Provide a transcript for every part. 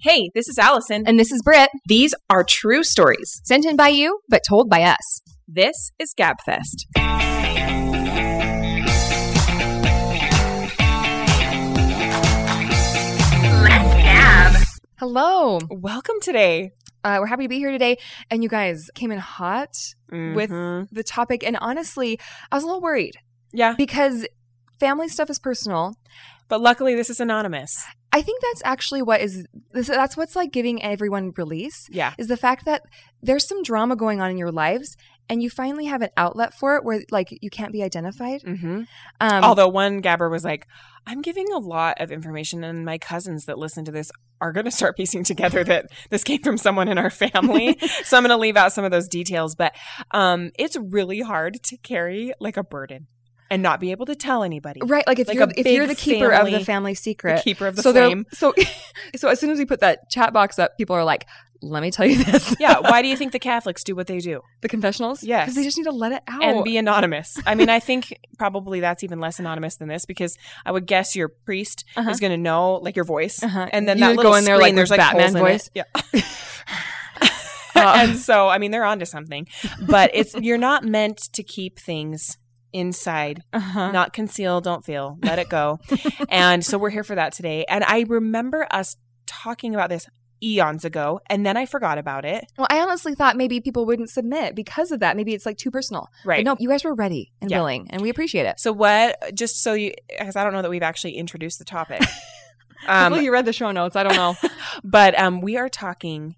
Hey, this is Allison. And this is Britt, These are true stories. sent in by you, but told by us. This is Gabfest. Hello. Welcome today Uh, we're happy to be here today. And you guys came in hot with with the topic. And honestly, I was a little worried Mm-hmm. yeah, because family stuff is personal. but luckily this is anonymous. I think that's actually what is this, that's what's like giving everyone release Yeah, is the fact that there's some drama going on in your lives and you finally have an outlet for it where like you can't be identified. mm-hmm. Um, although one gabber was like, "I'm giving a lot of information, and my cousins that listen to this are going to start piecing together that this came from someone in our family." so I'm going to leave out some of those details, but um, it's really hard to carry like a burden and not be able to tell anybody. right. Like if like you're, a if you're the big keeper of family- the family secret, The keeper of the so they're- flame. so so as soon as we put that chat box up, people are like, "Let me tell you this." yeah, why do you think the Catholics do what they do the confessionals. Yes. because they just need to let it out. and be anonymous? I mean, I think probably that's even less anonymous than this because I would guess your priest Uh-huh. is going to know like your voice, Uh-huh. and then You that go little in there, like, screen, with there's like Batman holes in it. voice. Yeah. Uh, and so I mean they're onto something. But it's you're not meant to keep things inside, uh-huh. not conceal, don't feel, let it go. and so we're here for that today. And I remember us talking about this eons ago, and then I forgot about it. well, I honestly thought maybe people wouldn't submit because of that. Maybe it's like too personal. But Right. no, you guys were ready and Yeah. willing, and we appreciate it. So what? Just so you, because I don't know that we've actually introduced the topic. um, you read the show notes. I don't know. but um, we are talking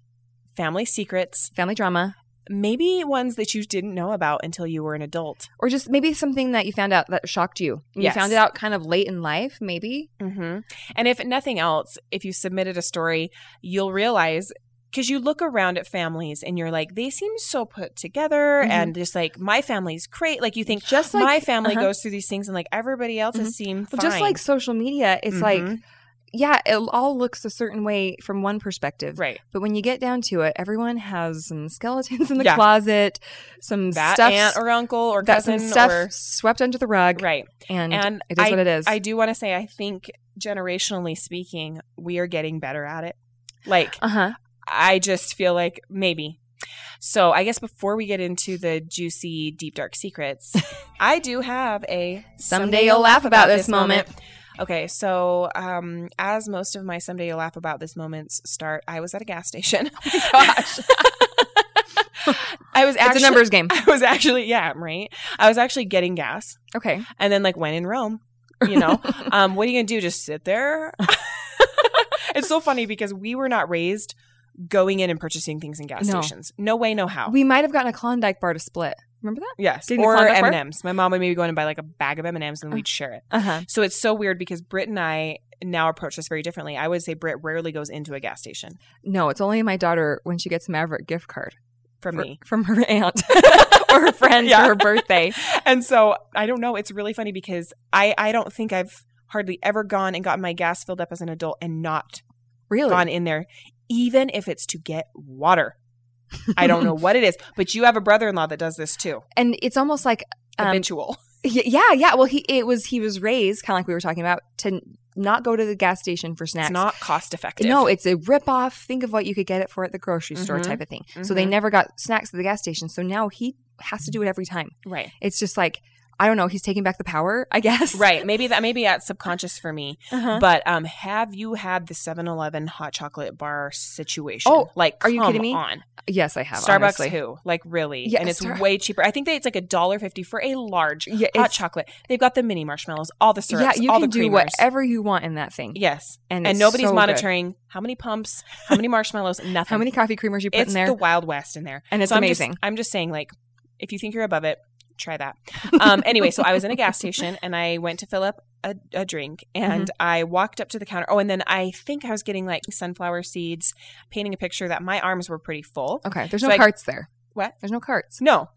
family secrets, Family drama, maybe ones that you didn't know about until you were an adult. or just maybe something that you found out that shocked you. And Yes. You found it out kind of late in life, maybe. Mm-hmm. And if nothing else, if you submitted a story, you'll realize because you look around at families and you're like, they seem so put together Mhm. and just like my family's great. Like you think Just like my family uh-huh. Mm-hmm. goes through these things and like everybody else has seemed Well, fine. just like social media, it's like Mhm. yeah, it all looks a certain way from one perspective, right. But when you get down to it, everyone has some skeletons in the Yeah. closet, some That stuff, aunt or uncle or that some cousin stuff or swept under the rug, right. and, And it is I- what it is. I do want to say I think generationally speaking, we are getting better at it. Like uh huh. I just feel like maybe. So I guess before we get into the juicy deep dark secrets, I do have a Someday you'll laugh about this moment. Okay, so um, as most of my someday you'll laugh about this moments start, I was at a gas station. Gosh, I was it's actually a numbers game. I was actually yeah right. I was actually getting gas, Okay, and then like when in Rome, you know, um, what are you gonna do? Just sit there? it's so funny because we were not raised going in and purchasing things in gas No. stations. No way, no how. we might have gotten a Klondike bar to split. Remember that? yes, Didn't you or call it that M far? and M's. My mom would maybe go in and buy like a bag of M and M's, and we'd share it. Uh huh. So it's so weird because Britt and I now approach this very differently. I would say Britt rarely goes into a gas station No, it's only my daughter when she gets a Maverick gift card from for- me. from her aunt or her friends Yeah. for her birthday. And so I don't know. It's really funny because I I don't think I've hardly ever gone and gotten my gas filled up as an adult and not Really? gone in there, even if it's to get water. I don't know what it is, but you have a brother-in-law that does this too. And it's almost like um, Habitual. Y- Yeah, yeah. Well, he it was he was raised kind of like we were talking about to n- not go to the gas station for snacks. It's not cost effective. no, it's a rip off. Think of what you could get it for at the grocery store Mhm. type of thing. So they Mhm. never got snacks at the gas station. So now he has to do it every time. right, It's just like I don't know. He's taking back the power, I guess. right. Maybe that. Maybe that's subconscious for me. Uh-huh. But um, have you had the 7-Eleven hot chocolate bar situation? Oh, like, are you come kidding me? On Yes, I have. Starbucks, honestly. who? Like, really? Yeah, and it's Star- way cheaper. I think that it's like a dollar fifty for a large Yeah, hot it's, chocolate. They've got the mini marshmallows, all the syrups, yeah. You all can the do creamers. whatever you want in that thing, Yes, and, and, it's nobody's so good. monitoring how many pumps, how many marshmallows, nothing. how many coffee creamers you put it's in there, the Wild West in there. and it's So I'm just- amazing. I'm just, saying, like, if you think you're above it, try that. Um, anyway, so I was in a gas station and I went to fill up a, a drink and Mm-hmm. I walked up to the counter. Oh, and then I think I was getting like sunflower seeds, painting a picture that my arms were pretty full. okay, there's so no I- carts there. What? There's no carts, No,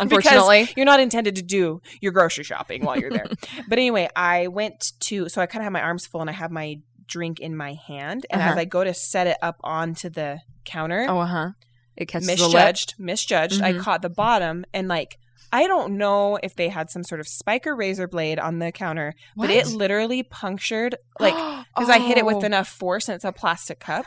unfortunately. you're not intended to do your grocery shopping while you're there. but anyway, I went to, so I kind of have my arms full and I have my drink in my hand. And as Uh-huh. I go to set it up onto the counter, oh, uh huh. uh-huh. It catches the lip. misjudged, misjudged. I Mhm. caught the bottom and like I don't know if they had some sort of spike or razor blade on the counter, but it What? Oh. literally punctured like because I hit it with enough force and it's a plastic cup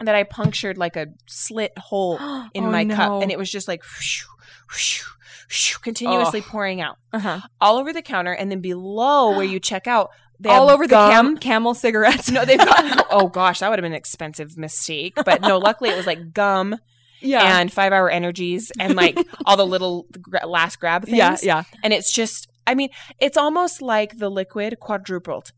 that I punctured like a slit hole in Oh, my cup and it was just like whoosh, whoosh, whoosh, continuously pouring out uh all over the counter and then below where you check out they all have over the gum. cam- camel cigarettes. No, they've got oh gosh, that would have been an expensive mistake. But no, luckily it was like gum yeah, and five hour energies and like all the little gra- last grab things. yeah, yeah. And it's just, I mean, it's almost like the liquid quadrupled.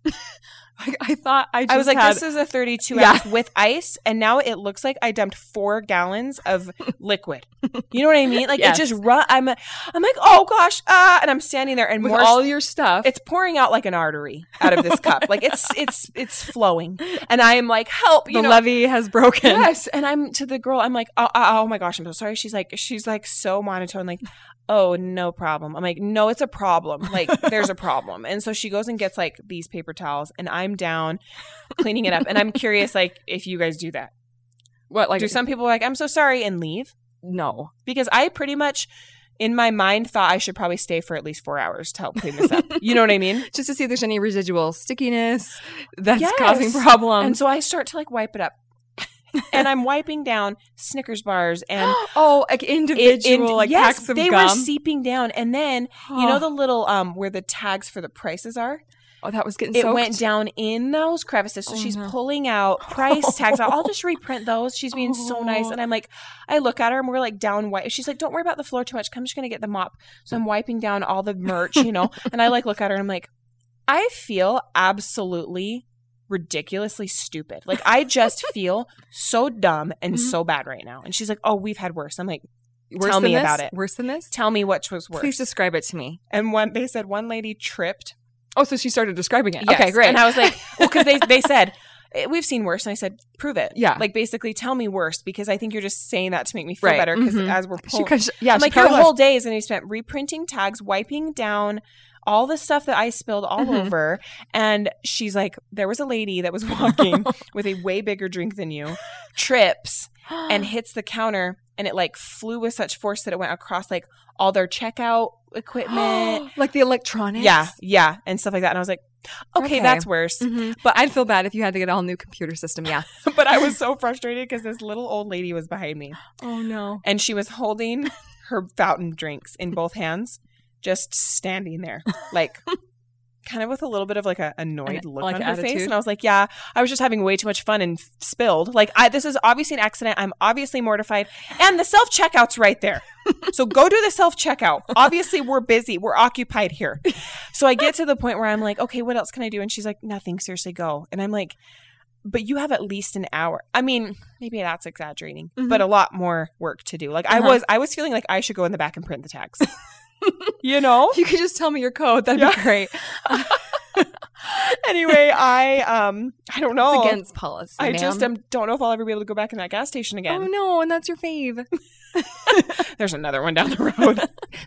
I, I thought I just I was like, had, this is a 32 Yeah. ounce with ice. And now it looks like I dumped four gallons of liquid. You know what I mean? Like Yes. it just run. I'm, I'm like, oh gosh. Uh, and I'm standing there and with more all your stuff. it's pouring out like an artery out of this cup. Like it's it's it's flowing, and I am like, help! You the know, levee has broken. Yes, and I'm to the girl. I'm like, oh, oh, oh my gosh, I'm so sorry. She's like, she's like so monotone. Like, oh no problem. I'm like, no, it's a problem. Like, there's a problem. And so she goes and gets like these paper towels, and I'm down cleaning it up. And I'm curious, like, if you guys do that. What like do some people like, I'm so sorry, and leave? no? Because I pretty much. In my mind, thought I should probably stay for at least four hours to help clean this up. You know what I mean? Just to see if there's any residual stickiness that's Yes. causing and problems. so I start to like wipe it up. and I'm wiping down Snickers bars and oh, like it- individual, and- like yes, packs of they were gum. seeping down. And then you know the little um where the tags for the prices are? oh, that was getting It soaked. went down in those crevices. So Oh, she's no. pulling out price tags. I'll just reprint those. She's being so nice. Oh. And I'm like, I look at her and we're like down white. She's like, Don't worry about the floor too much. I'm just gonna get the mop. So I'm wiping down all the merch, you know. and I like look at her and I'm like, I feel absolutely ridiculously stupid. Like I just feel so dumb and Mhm. so bad right now. And she's like, "Oh, we've had worse." I'm like, Worse Tell than me this? about it. Worse than this? "Tell me which was worse." Please describe it to me. and one they said one lady tripped. Oh, so she started describing it. Yes. Okay, great. And I was like, because they they said "Eh, we've seen worse, and I said, "Prove it." Yeah. Like basically, tell me worse because I think you're just saying that to make me feel Right. better. Because Mhm. as we're she, pulling, cause, yeah, oh. I'm she like, your paralyzed. whole day is going to be spent reprinting tags, wiping down all the stuff that I spilled all Mhm. over. And she's like, there was a lady that was walking with a way bigger drink than you, trips and hits the counter, and it like flew with such force that it went across like all their checkout equipment. like the electronics. yeah, yeah, and stuff like that. And I was like, okay, Okay. that's worse. Mhm. But I'd feel bad if you had to get a whole new computer system. Yeah. but I was so frustrated because this little old lady was behind me. Oh no. and she was holding her fountain drinks in both hands, just standing there, like kind of with a little bit of like a annoyed An- look like on her attitude? face. And I was like, "Yeah, I was just having way too much fun and f- spilled. Like, I, this is obviously an accident. I'm obviously mortified, and the self checkout's right there. so go do the self checkout. Obviously, we're busy. We're occupied here. So I get to the point where I'm like, "Okay, what else can I do?" And she's like, "Nothing. Seriously, go." And I'm like. But you have at least an hour. I mean, maybe that's exaggerating, Mhm. but a lot more work to do. Like I Uh-huh. was, I was feeling like I should go in the back and print the tags. you know. If you could just tell me your code, that'd be Yeah. great. Anyway, I um, I don't know. It's against policy. I ma'am. just am, don't know if I'll ever be able to go back in that gas station Oh again. no, and that's your fave. There's another one down the road.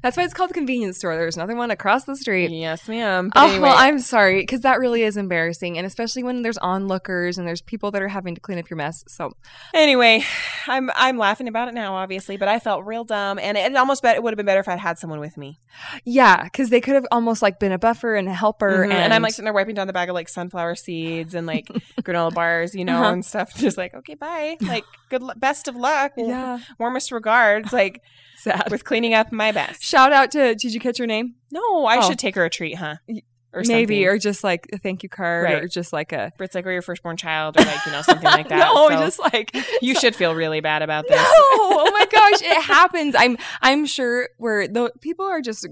That's why it's called the convenience store. There's another one across the street. yes, ma'am. But Oh anyway, well, I'm sorry because that really is embarrassing, and especially when there's onlookers and there's people that are having to clean up your mess. So anyway, I'm I'm laughing about it now, obviously, but I felt real dumb, and it, it almost bet it would have been better if I'd had someone with me. yeah, because they could have almost like been a buffer and a helper, Mhm. And, I'm like sitting there wiping down the bag of like sunflower seeds and like granola bars, you know, Uh-huh. and stuff. Just like okay, bye, like good, lu- best of luck, yeah, warmest regards, like sad. with cleaning up my best. Shout out to did you catch your name? No, I Oh. should take her a treat, huh? Y- Or Maybe something. or just like a thank you card Right. or just like a Britt's like, or your firstborn child, or like you know something like that. no, So just like you should feel really bad about No, this. oh my gosh, it happens. I'm I'm sure where the people are just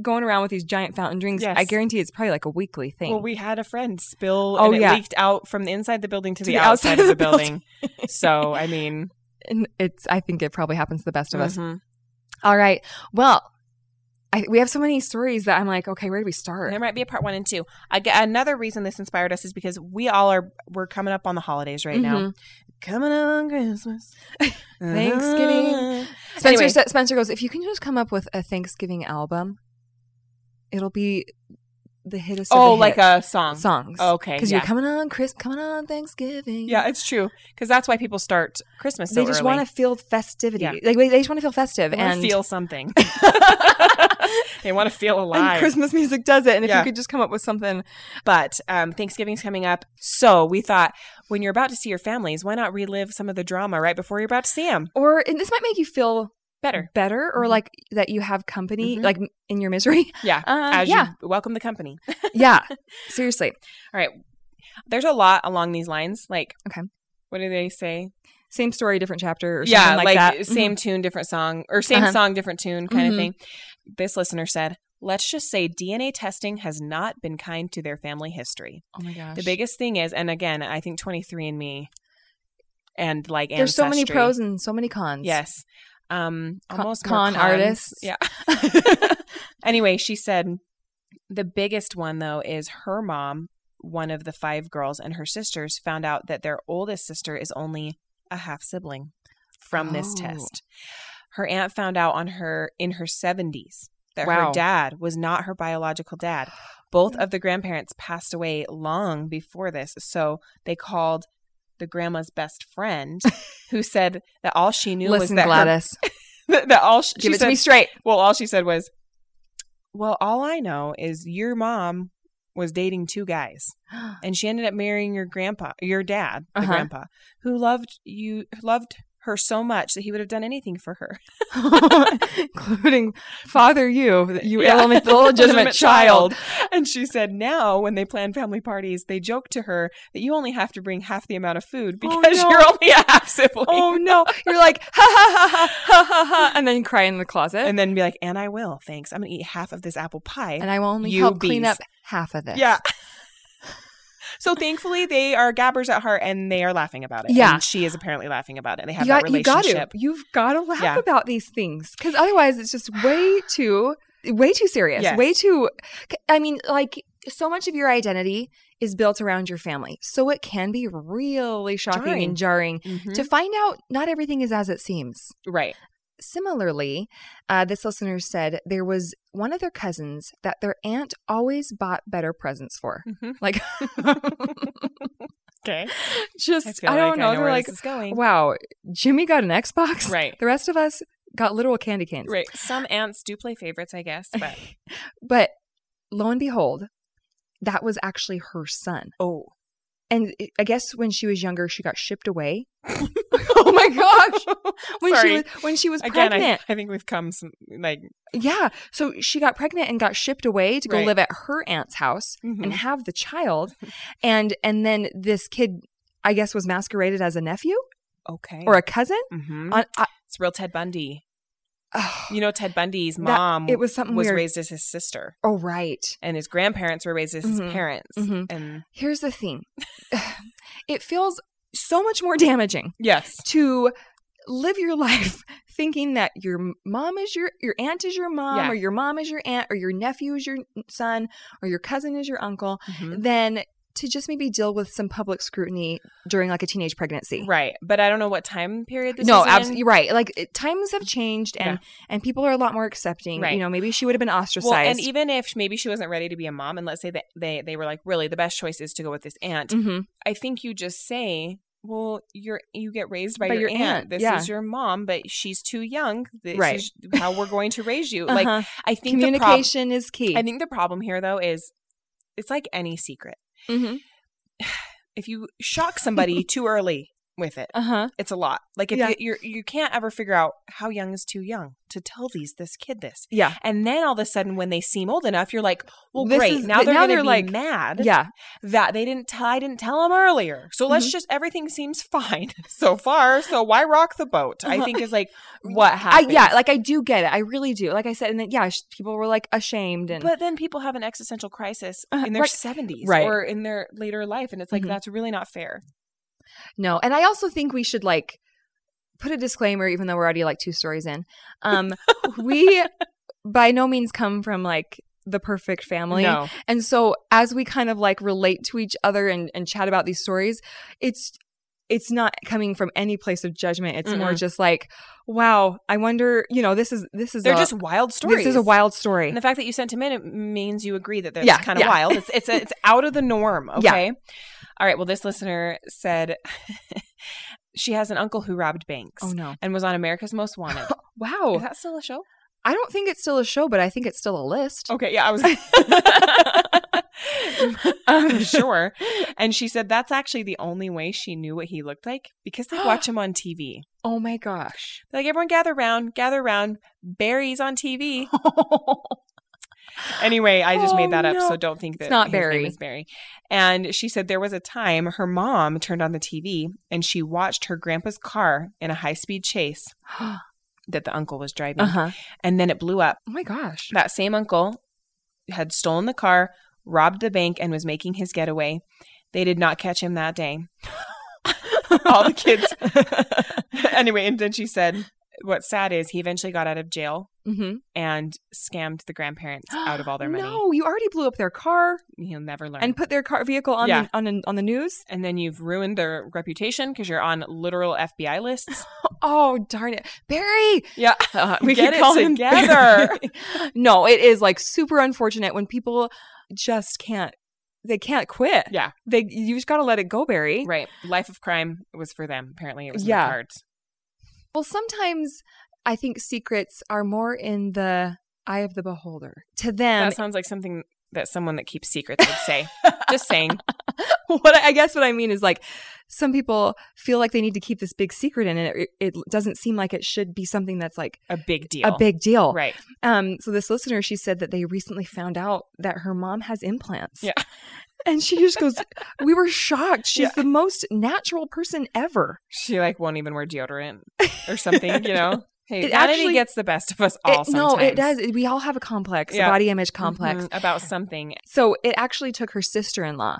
going around with these giant fountain drinks. Yes. I guarantee it's probably like a weekly thing. Well, we had a friend spill, Oh, and it yeah. leaked out from the inside the building to, the, outside, of the building. so I mean, and it's I think it probably happens to the best of us. mhm. All right, well. I, we have so many stories that I'm like, okay, where do we start? there might be a part one and two. I get, another reason this inspired us is because we all are we're coming up on the holidays right now. Mhm. Coming up on Christmas, Uh-huh. Thanksgiving. Spencer Anyway. sa- Spencer goes, if you can just come up with a Thanksgiving album, it'll be the hit of oh, like a song. songs. Okay, because yeah. you're coming on Chris, coming on Thanksgiving. Yeah, it's true because that's why people start Christmas. So they just want to feel festivity. Yeah. Like they just want to feel festive to and feel something. they want to feel and alive. Christmas music does it. And if Yeah. you could just come up with something, But um, Thanksgiving's coming up, so we thought when you're about to see your families, why not relive some of the drama right before you're about to see them? or and this might make you feel Better, better, or Mhm. like that you have company, Mhm. like in your misery. yeah. Um, As yeah, you welcome the company. yeah. Seriously, There's a lot along these lines. Like, Okay. what do they say? same story, different chapter, or something yeah, like, like, that. Mm-hmm. same tune, different song, or same Uh-huh. song, different tune, kind Mhm. of thing. This listener said, "Let's just say DNA testing has not been kind to their family history. Mhm. Oh my gosh, The biggest thing is, and again, I think 23andMe and like There's so many Ancestry. pros and so many cons. Yes. Um, Con- almost more con cons. artists. Yeah. anyway, she said the biggest one though is her mom, one of the five girls, and her sisters found out that their oldest sister is only a half sibling from this Oh. test. Her aunt found out on her in her seventies that Wow. her dad was not her biological dad. Both of the grandparents passed away long before this, so they called the grandma's best friend, who said that all she knew was Listen, that her- Gladys, that, that all she, give she it to said- me straight. well, all she said was, "Well, all I know is your mom was dating two guys, and she ended up marrying your grandpa, your dad, the Uh-huh. grandpa, who loved you, loved her so much that he would have done anything for her. including father you you Yeah. element the legitimate Legitimate child And she said, now when they plan family parties, they joke to her that you only have to bring half the amount of food Oh, because no. you're only a half sibling." oh no you're like ha ha ha ha ha ha ha and then cry in the closet and, And then be like, and I will, thanks. I'm gonna eat half of this apple pie. i will only You help clean bees. up half of this Yeah. So thankfully, they are gabbers at heart, and they are laughing about it. Yeah. and she is apparently laughing about it. They have you got, that you got relationship. to you've got to laugh Yeah. about these things because otherwise it's just way too way too serious Yes. way too i mean like so much of your identity is built around your family so it can be really shocking Jarring. and jarring Mm-hmm. to find out not everything is as it seems right. Similarly, uh, this listener said there was one of their cousins that their aunt always bought better presents for. Like, Mm-hmm. Okay. just I, don't know. They're like, is going. wow, Jimmy got an Xbox. Right. The rest of us got literal candy canes. Right. Some ants do play favorites, I guess. But But lo and behold, that was actually her son. oh, And it- I guess when she was younger, she got shipped away. oh my gosh! When Sorry. she was when she was again, pregnant, I, I think we've come some like yeah. So she got pregnant and got shipped away to go Right. live at her aunt's house. mm-hmm. and have the child and and then this kid i guess was masqueraded as a nephew okay. or a cousin Mhm. on I, it's real Ted Bundy. oh, You know, Ted Bundy's That- mom it was something Mm-hmm. was weird raised as his sister, oh right and his grandparents were raised as Mhm. his parents, Mhm. and here's the thing it feels so much more damaging yes, to live your life thinking that your m- mom is your your aunt is your mom Yeah. or your mom is your aunt or your nephew is your n- son or your cousin is your uncle Mm-hmm. than to just maybe deal with some public scrutiny during like a teenage pregnancy right. But I don't know what time period this no, is in. absolutely right. Like it- times have changed, and and people are a lot more accepting. Right. You know, maybe she would have been ostracized. Well, and even if maybe she wasn't ready to be a mom, and let's say that they they were like, really, the best choice is to go with this aunt. Mhm. I think you just say, well, you're you get raised by, By your, aunt. your aunt, This yeah. is your mom, but she's too young. This Right. is how we're going to raise you. Like Uh-huh. I think the prob- communication is key. I think the problem here though is it's like any secret. Mhm. If you shock somebody too early with it, Uh huh. it's a lot. Like if Yeah. you you're, you can't ever figure out how young is too young to tell these this kid this. Yeah. And then all of a sudden, when they seem old enough, you're like, "Well, This great! is- now they're now going to they're be like- mad Yeah. that they didn't tell. I didn't tell them earlier. So Mm-hmm. let's just everything seems fine so far. So why rock the boat? I Uh-huh. think is like what I, happened. yeah. Like I do get it. I really do. Like I said, and then yeah, sh- people were like ashamed and but then people have an existential crisis Uh, in their right. 70s Right. or in their later life, and it's like Mhm. that's really not fair. no. And I also think we should like put a disclaimer, even though we're already like two stories in. Um, we by no means come from like the perfect family. And so as we kind of like relate to each other and, and chat about these stories, it's it's not coming from any place of judgment. It's more Mm-mm. just like, wow, I wonder, you know, this is this is They're a, just wild stories. this is a wild story. And the fact that you sent him in it means you agree that that's Yeah, kind of yeah. wild. It's it's it's out of the norm. Yeah. Okay. All right. Well, this listener said she has an uncle who robbed banks oh no. Oh. and was on America's Most Wanted. Is Wow. that still a show? I don't think it's still a show, but I think it's still a list. Okay. Yeah, I was. I'm sure. And she said that's actually the only way she knew what he looked like because they watch him on TV. Oh my gosh. They're like everyone gather round, gather round, Barry's on TV. Uh-huh. Anyway, I just Oh, made that up, no. so don't think that It's not his name Barry. is Barry. And she said there was a time her mom turned on the TV and she watched her grandpa's car in a high speed chase uh that the uncle was driving, huh. and then it blew up. Oh my gosh. That same uncle had stolen the car, robbed the bank, and was making his getaway. They did not catch him that day. All the kids. anyway, and then she said, "What's sad is he eventually got out of jail." mm-hmm. And scammed the grandparents out of all their money. No, you already blew up their car He'll never learn. and put their car vehicle on Yeah. the, on an- on the news. and then you've ruined their reputation because you're on literal FBI lists. Oh darn it, Barry! Yeah, Uh, Get could it him together. Barry. no, it is like super unfortunate when people just can't. They can't quit. Yeah. they you just got to let it go, Barry. right. Life of crime was for them. Apparently, it was in Yeah. the cards. Well, sometimes I think secrets are more in the eye of the beholder. To them, that sounds like something that someone that keeps secrets would say. Just saying. what I I guess what I mean is like some people feel like they need to keep this big secret in, and it, it doesn't seem like it should be something that's like A big deal. a big deal. right. Um, so this listener, she said that they recently found out that her mom has implants. Yeah. And she just goes, We were shocked. She's Yeah. the most natural person ever. She like won't even wear deodorant or something. You know. Hey, It vanity actually- gets the best of us all. It- no, it sometimes. does. We all have a complex, a Yeah. body image complex. Mhm, about something. So it actually took her sister in law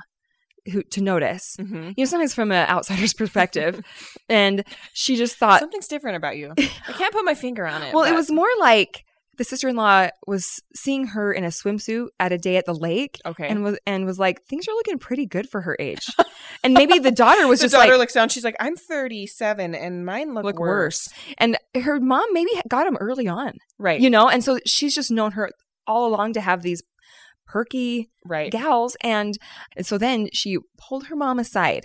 who to notice. Mhm. You know, sometimes from an outsider's perspective. and she just thought, Something's different about you. I can't put my finger on it. Well, it but- was more like the sister in law was seeing her in a swimsuit at a day at the lake okay. and was and was like, things are looking pretty good for her age. and maybe the daughter was the just daughter like, looks down. She's like, "I'm 37, and mine look, Look worse." and her mom maybe got him early on, Right. you know, and so she's just known her all along to have these perky right. gals, and, and so then she pulled her mom aside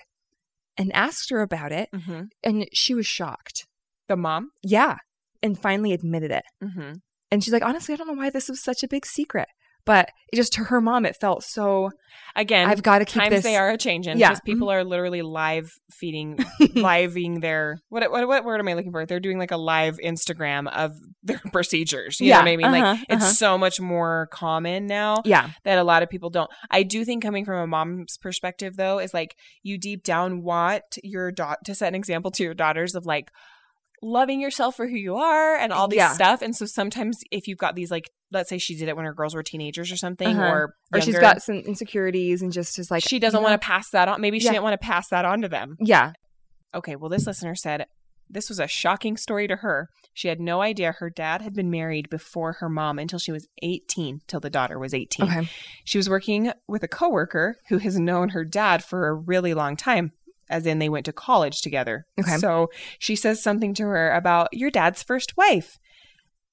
and asked her about it, hmm and she was shocked, The mom. yeah, and finally admitted it. Mm-hmm. And she's like, honestly, I don't know why this was such a big secret. But it just to her mom, it felt so. Again, I've got to keep times this. they are a changing. Yeah. mm-hmm. because people are literally live feeding, living their what, what what word am I looking for? They're doing like a live Instagram of their procedures. You Yeah, know what I mean? Like uh-huh, it's uh-huh. so much more common now yeah, that a lot of people don't. I do think coming from a mom's perspective though is like you deep down want your daughter to set an example to your daughters of like loving yourself for who you are and all this Yeah. stuff. And so sometimes if you've got these like let's say she did it when her girls were teenagers or something Uh-huh. or or she's younger, got some insecurities and just is like she doesn't want to pass that on. Maybe she Yeah. didn't want to pass that on to them. to. Yeah, Okay, well, this listener said this was a shocking story to her. She had no idea her dad had been married before her mom until she was 18, till the daughter was 18. okay, She was working with a coworker who has known her dad for a really long time, as in they went to college together. Okay. So she says something to her about your dad's first wife.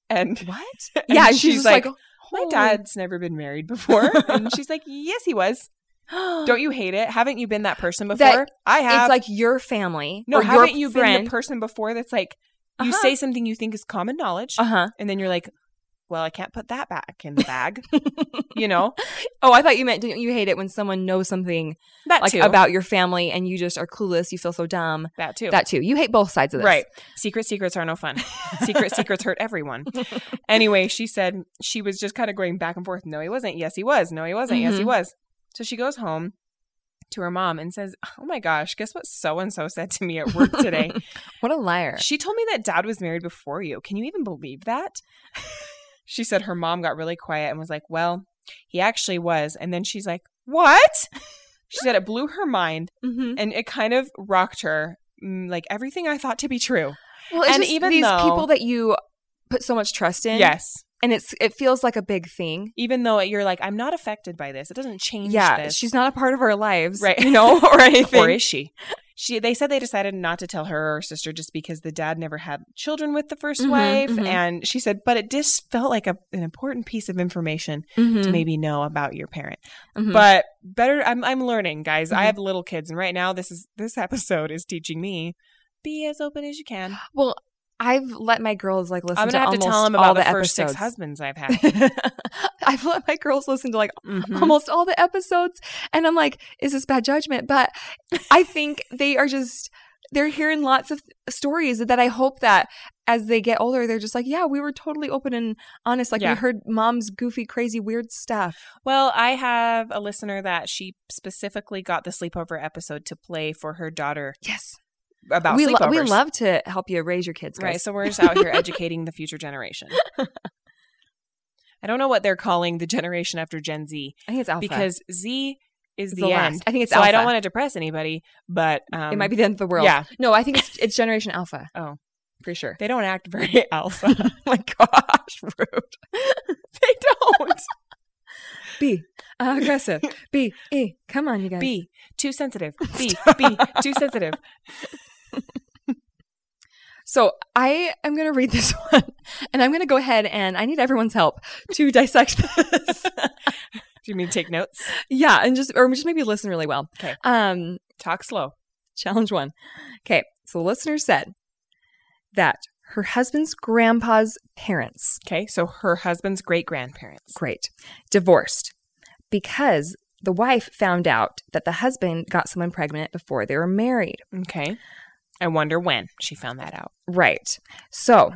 And what? and yeah, and she's, just like, my "Holy-" dad's never been married before. and she's like, yes, he was. Don't you hate it? Haven't you been that person before? That- I have. it's like your family. no, or haven't you your been the person before that's like you Uh-huh. say something you think is common knowledge, uh huh. and then you're like, "Well, I can't put that back in the bag," you know Oh, I thought you meant didn't you hate it when someone knows something that like too. about your family and you just are clueless. You feel so dumb. that too. That too. You hate both sides of this, Right. Secret secrets are no fun. Secret secrets hurt everyone. Anyway, she said she was just kind of going back and forth. No, he wasn't. Yes, he was. No, he wasn't. Yes, he Mhm. was. So she goes home to her mom and says, "Oh my gosh, guess what so and so said to me at work today? What a liar. She told me that dad was married before you. Can you even believe that? she said her mom got really quiet and was like, Well, he actually was. And then she's like, What? She said it blew her mind Mm-hmm. and it kind of rocked her. mm, Like everything I thought to be true. Well, it's And just even these though- people that you put so much trust in. Yes. and it's it feels like a big thing. Even though you're like, I'm not affected by this. It doesn't change Yeah, this. she's not a part of our lives, Right. You know, or anything. or is she? she they said they decided not to tell her or her sister just because the dad never had children with the 1st Mhm, wife mhm. and she said but it just felt like a, an important piece of information to Mhm. maybe know about your parent Mhm. but better i'm i'm learning guys i Mhm. have little kids and right now this is this episode is teaching me be as open as you can well, I've let my girls like listen i'm to gonna have to almost tell them all about the, the, first episodes. six husbands i've had I've let my girls listen to like Mhm. almost all the episodes and i'm like is this bad judgment but i think they are just they're hearing lots of stories that i hope that as they get older they're just like yeah we were totally open and honest like Yeah. we heard mom's goofy crazy weird stuff Well, I have a listener that she specifically got the sleepover episode to play for her daughter yes about we, lo- sleepovers. we love to help you raise your kids right. guys. So we're just out here educating the future generation. I don't know what they're calling the generation after Gen Z i think it's alpha because Z is It's the, the, last. end. i think it's so alpha I don't want to depress anybody, but um, it might be the end of the world Yeah, no i think it's, it's generation alpha Oh. for sure they don't act very alpha. my gosh rude they don't b aggressive b e come on you guys be too sensitive. Be be too sensitive. So I am going to read this one and I'm going to go ahead and I need everyone's help to dissect this. Do you mean take notes? yeah. And just, or just maybe listen really well. 'Kay. Um, Talk slow. challenge one. Okay. So the listener said that her husband's grandpa's parents, Okay, so her husband's great grandparents. great, divorced because the wife found out that the husband got someone pregnant before they were married. Okay. I wonder when she found that out. Right. So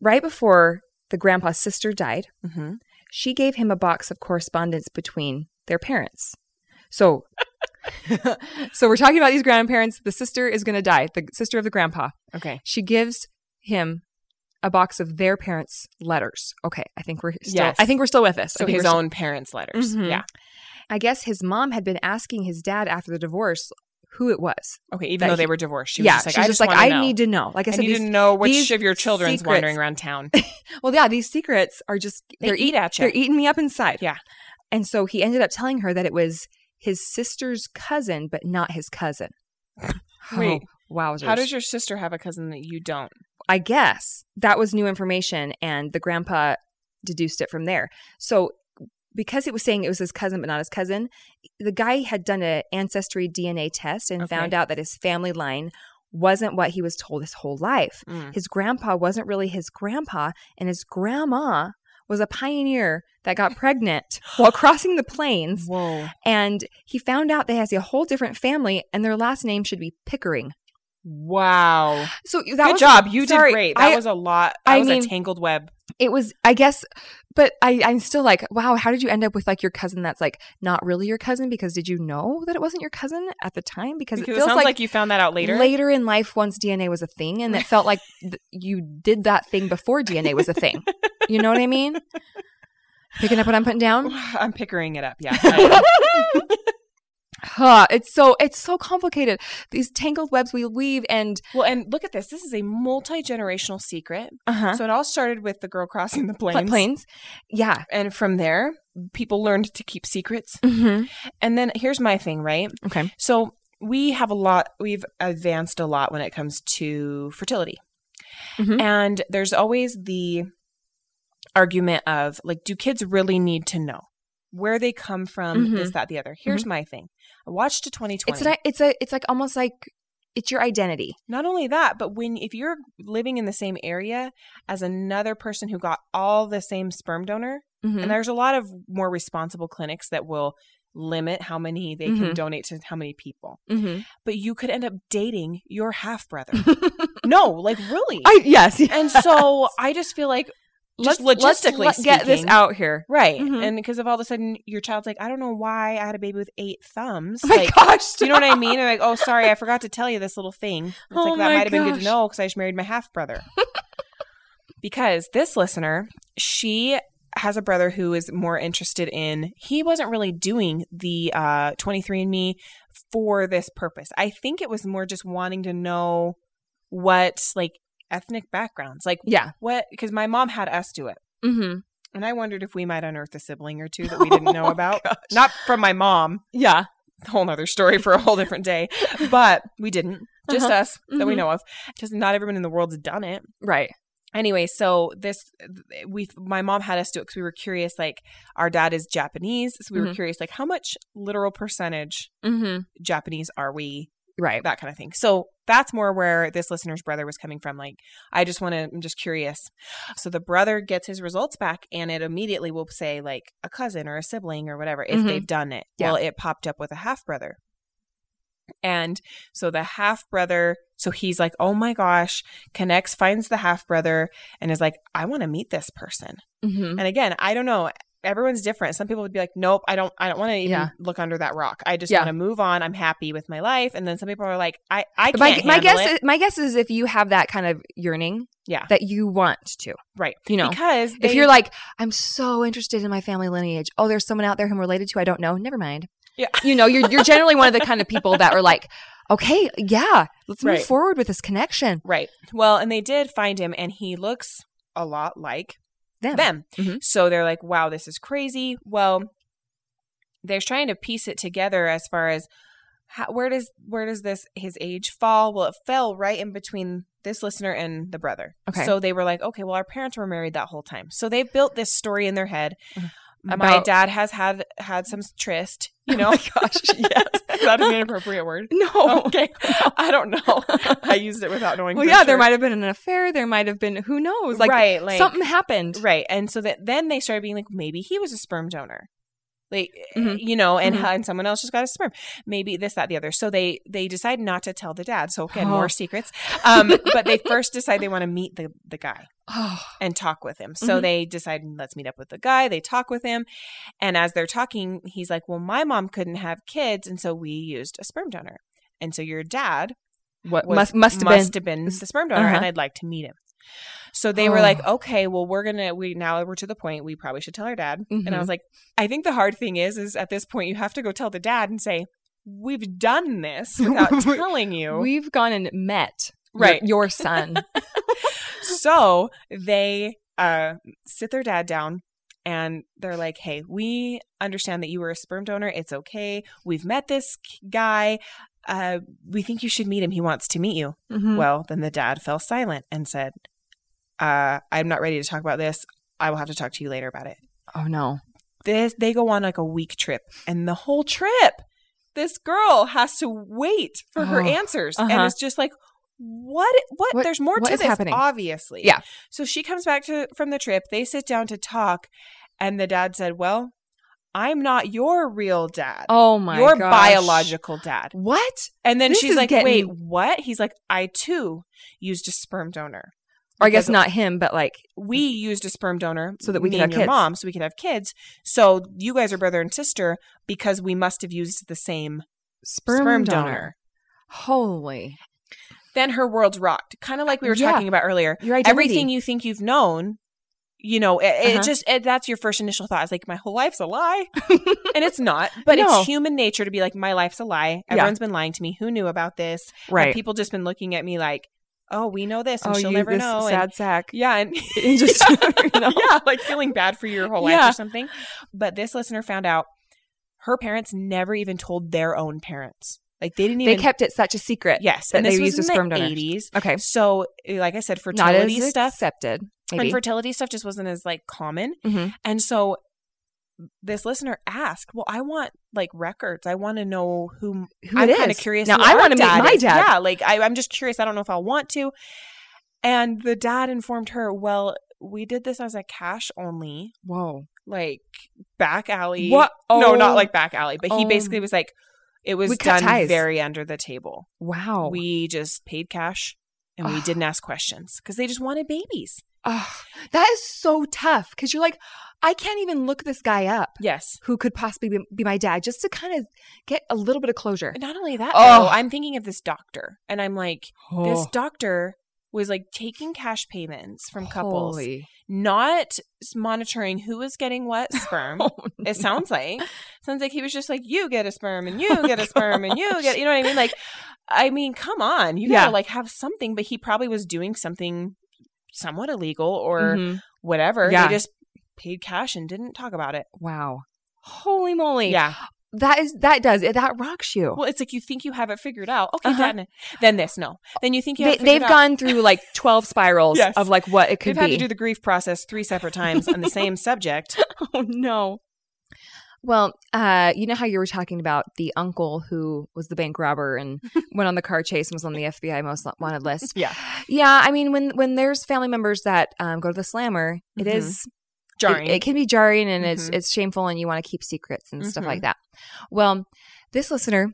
right before the grandpa's sister died, Mm-hmm. she gave him a box of correspondence between their parents. So, so we're talking about these grandparents. The sister is going to die. The sister of the grandpa. Okay. She gives him a box of their parents' letters. Okay, I think we're still. Yes. I think we're still with this. I So think his we're- own parents' letters. Mhm. Yeah. I guess his mom had been asking his dad after the divorce who it was. Okay. Even That though they he- were divorced, she was yeah, just like, she's I just just, like wanna I know. need to know. Like I I said, need these, to know which these of your children's secrets- wandering around town. well, yeah, these secrets are just They they're eat at They're you. eating me up inside. Yeah. And so he ended up telling her that it was his sister's cousin, but not his cousin. Wait. Oh, wowzers. How does your sister have a cousin that you don't? I guess that was new information, and the grandpa deduced it from there. So because it was saying it was his cousin, but not his cousin, the guy had done an ancestry DNA test and Okay. found out that his family line wasn't what he was told his whole life Mm. his grandpa wasn't really his grandpa, and his grandma was a pioneer that got pregnant while crossing the plains. Whoa. And he found out they has a whole different family, and their last name should be Pickering. Wow. So that Good was job. You sorry, did great. That I- was a lot. That I was mean- a tangled web. it was I guess, but I I'm still like wow. How did you end up with like your cousin that's like not really your cousin? Because did you know that it wasn't your cousin at the time? Because Because, it, it feels sounds like. like, you found that out later. in life, once DNA was a thing, and it felt like th- you did that thing before DNA was a thing. You know what I mean? Picking up what I'm putting down. I'm pickering it up. Yeah. I- Huh, it's so it's so complicated. These tangled webs we weave and well, and look at this. This is a multi generational secret. uh-huh. So it all started with the girl crossing the plains. planes. Yeah. And from there, people learned to keep secrets. Mm-hmm. And then here's my thing, right? Okay. So we have a lot, we've advanced a lot when it comes to fertility. Mhm. And there's always the argument of like, do kids really need to know where they come from, Mhm. this, that, the other? Here's my thing. I watched a 2020. It's a, it's a it's like almost like it's your identity. Not only that, but when if you're living in the same area as another person who got all the same sperm donor, Mm-hmm. and there's a lot of more responsible clinics that will limit how many they Mhm. can donate to how many people. Mm-hmm. but you could end up dating your half brother. no, like really. I yes. and so I just feel like just logistically let- get this speaking- out here. right, Mhm. and because of all of a sudden your child's like, I don't know why I had a baby with eight thumbs. Oh my like, gosh. do you know what I mean? And like, oh, sorry, I forgot to tell you this little thing. It's Oh like that my might have been good gosh. to know because I just married my half brother. because this listener, she has a brother who is more interested in. He wasn't really doing the uh, 23andMe for this purpose. I think it was more just wanting to know what like ethnic backgrounds, like Yeah. what because my mom had us do it. Mm-hmm. Oh And I wondered if we might unearth a sibling or two that we didn't know about. Not from my mom, Yeah. whole nother story for a whole different day. But we didn't. Just Uh-huh. us that we Mhm. know of. Because not everyone in the world's done it. Right. Anyway, so this we my mom had us do it because we were curious. Like our dad is Japanese, so we were Mhm. curious like how much literal percentage Mm-hmm. Japanese are we? Right. That kind of thing. So that's more where this listener's brother was coming from. Like I just want to, I'm just curious. So the brother gets his results back, and it immediately will say like a cousin or a sibling or whatever if Mhm. they've done it. Yeah. Well, it popped up with a half brother. And so the half brother, so he's like, oh my gosh, connects, finds the half brother, and is like, I want to meet this person. Mm-hmm. And again, I don't know. Everyone's different. Some people would be like, "Nope, I don't. I don't want to even Yeah. look under that rock. I just Yeah. want to move on. I'm happy with my life." And then some people are like, "I, I can't." My, my handle guess it. is, my guess is if you have that kind of yearning, Yeah. that you want to, Right. You know, because if they- you're like, I'm so interested in my family lineage. Oh, there's someone out there who I'm related to. I don't know. Never mind. Yeah. You know, you're you're generally one of the kind of people that are like, okay, yeah, let's Right. move forward with this connection. right, well, and they did find him, and he looks a lot like Them. them. Mm-hmm. Mhm. So they're like, wow, this is crazy. Well, they're trying to piece it together as far as how, where does where does this his age fall? Well, it fell right in between this listener and the brother. Okay. So they were like, okay, well, our parents were married that whole time. So they built this story in their head. Mhm. my About- dad has had had some tryst, you Oh know. Oh. my gosh. Yes. Is that an inappropriate word? no. Okay. I don't know. I used it without knowing. well, for yeah, there sure. might have been an affair. There might have been who knows. Like, right, like something happened. Right. And so that then they started being like, maybe he was a sperm donor. Like eh, Mhm. you know, and Mhm. and someone else just got a sperm. Maybe this, that, the other. So they they decide not to tell the dad. So again, Oh. more secrets. Um, but they first decide they want to meet the the guy Oh, and talk with him. So Mhm. they decide let's meet up with the guy. They talk with him, and as they're talking, he's like, "Well, my mom couldn't have kids, and so we used a sperm donor. And so your dad what was- must must have been? must have been the sperm donor, and Uh-huh. I'd like to meet him. So they were like, Oh. okay, well, we're gonna we now we're to the point we probably should tell our dad. And I Mhm. was like, I think the hard thing is, is at this point you have to go tell the dad and say we've done this without telling you. We've gone and met your- Right. your, son. so they uh, sit their dad down and they're like, hey, we understand that you were a sperm donor. It's okay. We've met this k- guy. Uh, we think you should meet him. He wants to meet you. Mhm. Well, then the dad fell silent and said, uh, I'm not ready to talk about this. I will have to talk to you later about it. oh no. This they go on like a week trip and the whole trip this girl has to wait for her Oh, answers and uh-huh. it's just like what, what What- there's more what to is this happening? obviously. Yeah. So she comes back to from the trip, they sit down to talk and the dad said, "Well, I'm not your real dad. Oh my. your gosh. biological dad." What? And then This she's is like, getting- "Wait, what?" He's like, "I too used a sperm donor." Or I guess Because not him, but like we used a sperm donor So that we me could and have your kids. mom, so we could have kids. So you guys are brother and sister because we must have used the same sperm, sperm, donor. donor. Holy. Then her world's rocked, kind of like we were Yeah. talking about earlier. Your identity. Everything you think you've known, you know, it, it Uh-huh. just it, that's your first initial thought. It's like my whole life's a lie, and it's not. But No. it's human nature to be like my life's a lie. Yeah. Everyone's been lying to me. Who knew about this? Have right. people just been looking at me like, oh, we know this, and she'll you- never this know. and- Sad sack. yeah, and And just, you know. yeah, like feeling bad for your whole life Yeah. or something. But this listener found out her parents never even told their own parents. Like they didn't They even kept it such a secret. yes, that and this they was used in a sperm the donor. eighties. Okay. So, like I said, Not as fertility stuff accepted. Maybe. and fertility stuff just wasn't as like common. Mhm. And so this listener asked, "Well, I want like records. I want to know who Who I'm it kind of is. curious. Now who I our want to meet my is. dad. Yeah, like I, I'm just curious. I don't know if I'll want to. And the dad informed her, "Well, we did this as a cash only, Whoa. like back alley. What? No, Oh. not like back alley. But he Oh. basically was like, it was We cut done ties. Oh. very under the table. Wow. We just paid cash." And we Ugh. didn't ask questions because they just wanted babies. Ugh. that is so tough because you're like, I can't even look this guy up Yes. who could possibly be, be my dad just to kind of get a little bit of closure. Not only that, Oh. though, I'm thinking of this doctor, and I'm like, this doctor was like taking cash payments from couples. Holy. not s- monitoring who was getting what sperm. Oh, it sounds like sounds like he was just like you get a sperm and you Oh, get a sperm and you get you know what I mean like I mean come on you Yeah. gotta like have something but he probably was doing something somewhat illegal or Mhm. whatever Yeah. they just paid cash and didn't talk about it Wow. Holy moly. yeah that is that does it that rocks you. Well, it's like you think you have it figured out. Okay, Oh. Uh-huh. done. Then this, no. Then you think you have they, it figured they've out. gone through like 12 spirals Yes. of like what it They've could had be. to do the grief process three separate times on the same subject. oh no. Well, uh, you know how you were talking about the uncle who was the bank robber and went on the car chase and was on the FBI most wanted list. Yeah. Yeah, I mean when when there's family members that um, go to the slammer, it Mhm. is it- Jarring. It, can be jarring and it's Mhm. it's shameful and you want to keep secrets and stuff Mhm. like that. Well, this listener,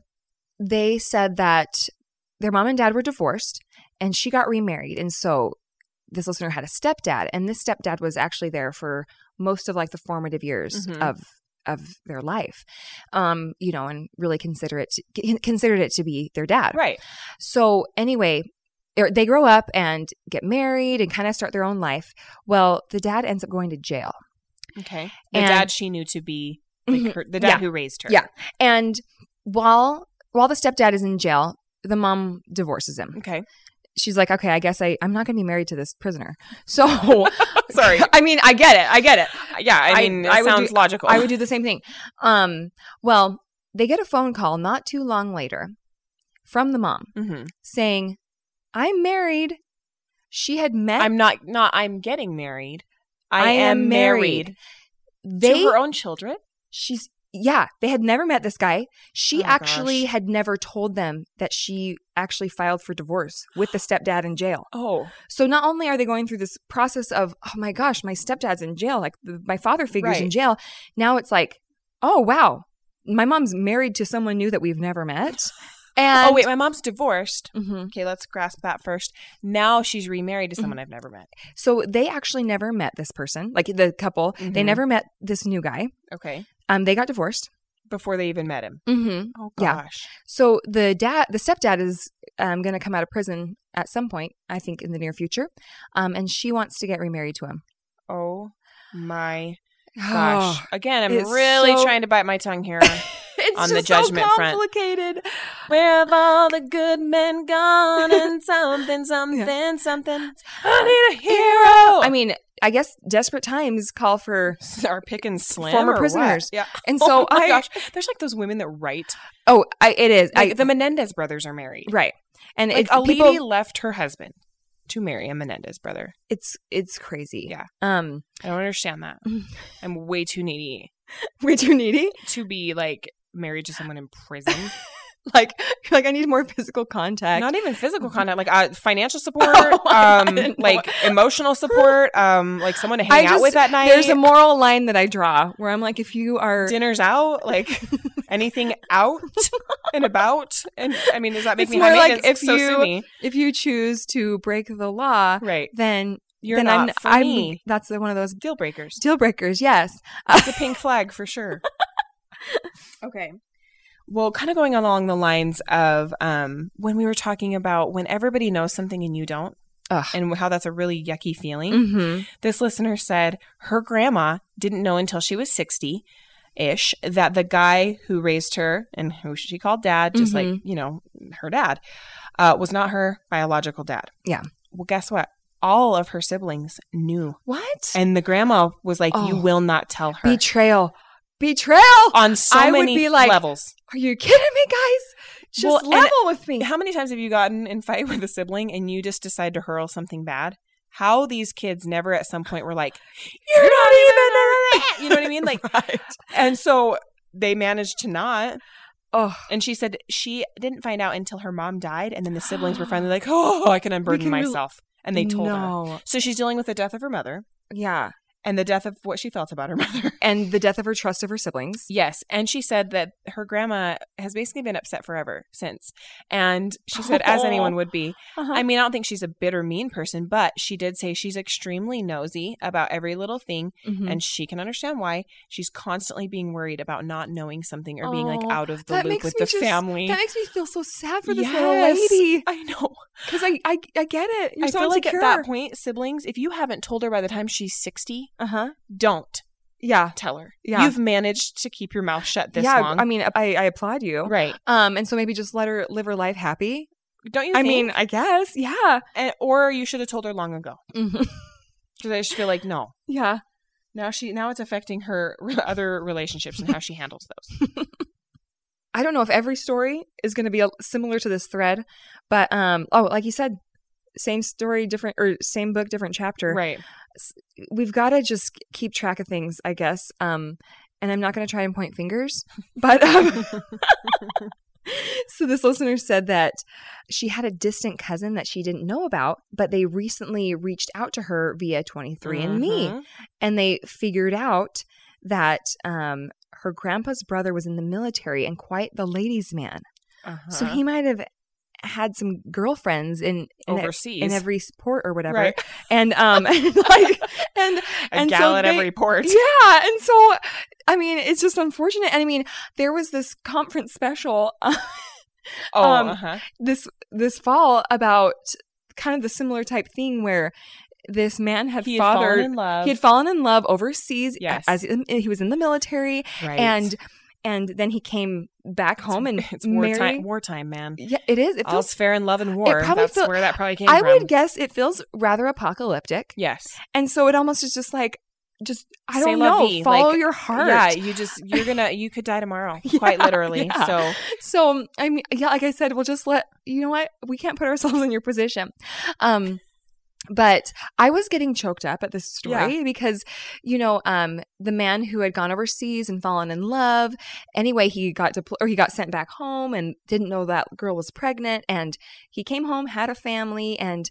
they said that their mom and dad were divorced and she got remarried and so this listener had a stepdad and this stepdad was actually there for most of like the formative years Mhm. of of their life. Um, you know, and really consider it considered it to be their dad. right. So anyway, er, they grow up and get married and kind of start their own life. Well, the dad ends up going to jail. Okay. The And- Mm-hmm. dad she knew to be like her, the dad Yeah. who raised her. Yeah. And while while the stepdad is in jail, the mom divorces him. Okay. She's like, "Okay, I guess I I'm not going to be married to this prisoner." So, Sorry. Uh, I mean, I get it. I get it. Yeah. I I- mean, I it would sounds do- logical. I would do the same thing. Um, well, they get a phone call not too long later from the mom Mhm. saying, "I'm married." She had met I'm not. Not. I'm getting married. Eh? I I, am am married, they to her own children. she's yeah they had never met this guy she Oh, actually gosh. had never told them that she actually filed for divorce with the stepdad in jail Oh, so not only are they going through this process of oh my gosh my stepdad's in jail like the, my father figures in Right. jail now it's like oh wow my mom's married to someone new that we've never met and oh wait, mm-hmm. my mom's divorced. Mhm. Okay, let's grasp that first. Now she's remarried to Mm-hmm. someone I've never met. so they actually never met this person like the couple they Mhm. never met this new guy Okay, um they got divorced before they even met him. mm-hmm Oh Yeah. gosh. So the dad, the stepdad, is um, going to come out of prison at some point, I think, in the near future, um, and she wants to get remarried to him. Oh my gosh. Again, I'm it's really so- trying to bite my tongue here. it's On the judgment so front. complicated. Where have all the good men gone? And something, something, something. I need a hero. I mean, I guess desperate times call for, our pick and slam Former or what? prisoners. Yeah. and So, so oh my I. gosh, there's like those women that write. Oh, I, it is. Like, I the Menendez brothers are married. right, and Like it's a people, lady left her husband to marry a Menendez brother. It's it's crazy. Yeah. Um, I don't understand that. I'm way too needy way too needy. to be like married to someone in prison. Like, like I need more physical contact. Not even physical contact, like uh, financial support, I didn't um, know like emotional support, um, like someone to I hang out with at night. There's a moral line that I draw where I'm like, if you are dinners out, like anything out and about. And I mean, does that make It's me more high like maintenance? if so you- sue me. if you choose to break the law, right? then You're then not I'm, for I'm- me. That's one of those Deal breakers. deal breakers. Yes. It's a pink flag for sure. okay. Well, kind of going along the lines of um, when we were talking about when everybody knows something and you don't, Ugh. and how that's a really yucky feeling. Mm-hmm. This listener said her grandma didn't know until she was 60 ish that the guy who raised her and who she called dad, just like, Mhm. you know, her dad, uh, was not her biological dad. Yeah. Well, guess what? All of her siblings knew. What? And the grandma was like, You Oh. will not tell her. Betrayal. Betrayal. On so I would many be like- levels. Are you kidding me, guys? Just Well, and- level with me. How many times have you gotten in fight with a sibling and you just decide to hurl something bad? How these kids never at some point were like, You're, not even, you know what I mean? Like, Right. And so they managed to not. Oh, And she said she didn't find out until her mom died. And then the siblings were finally like, oh, I can unburden can rel- myself. and they told her. no. So she's dealing with the death of her mother Yeah, and the death of what she felt about her mother. and the death of her trust of her siblings. yes. And she said that her grandma has basically been upset forever since. And she said, as Oh. anyone would be. Uh-huh. I mean, I don't think she's a bitter, mean person, but she did say she's extremely nosy about every little thing. Mhm. and she can understand why she's constantly being worried about not knowing something or being like Oh, out of the that loop makes with me the just- family. that makes me feel so sad for this Yes. little lady I know. because I, I I get it. You're I so feel like insecure. at that point, siblings, if you haven't told her by the time she's 60, uh huh. don't Yeah. tell her. Yeah. You've managed to keep your mouth shut this yeah. long. I mean, I, I applaud you. right. Um, and so maybe just let her live her life happy. Don't you I think? mean, I guess, yeah, And- eh, or you should have told her long ago. Mhm. Because I just feel like, no. yeah. Now she now it's affecting her re- other relationships and how she handles those. I don't know if every story is going to be a, similar to this thread, but um, oh, like you said, same story, different or same book, different chapter. Right. We've got to just keep track of things, I guess. Um, and I'm not going to try and point fingers, but um, so this listener said that she had a distant cousin that she didn't know about, but they recently reached out to her via 23andMe, Mhm. and they figured out that um, her grandpa's brother was in the military and quite the ladies' man. Uh-huh. So he might have had some girlfriends in in, e- overseas in every port or whatever, Right. and um, and like and A and so gal at they- every port. yeah, and so I mean, it's just unfortunate. And I mean, there was this conference special Oh, um, uh-huh. this this fall about kind of the similar type thing where this man had he had fallen fathered in love. he had fallen in love overseas Yes. as in, he was in the military right. and and then he came back home and it's married. wartime, wartime, man. Yeah, it is. It feels. All's fair in love and war. probably That's feel- where that probably came I from. would guess it feels rather apocalyptic, yes. and so it almost is just like, just I C'est don't la know. vie, Follow like, your heart. Yeah, you just you're gonna you could die tomorrow, quite Yeah, literally. yeah. So So um, I mean, yeah, like I said, we'll just let you know what we can't put ourselves in your position. Um, but I was getting choked up at this story because, you know, um, the man who had gone overseas and fallen in love. Anyway, he got depl- or he got sent back home and didn't know that girl was pregnant. And he came home, had a family, and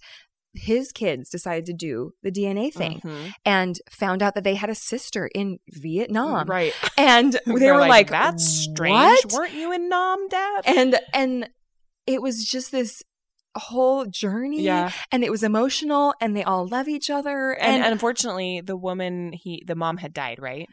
his kids decided to do the DNA thing Mhm. and found out that they had a sister in Vietnam. right. And Um, they They're were like, that's strange. "What?" Weren't you in Nom Dad? and and it was just this whole journey yeah. and it was emotional and they all love each other and, and, unfortunately, the woman he the mom had died, right?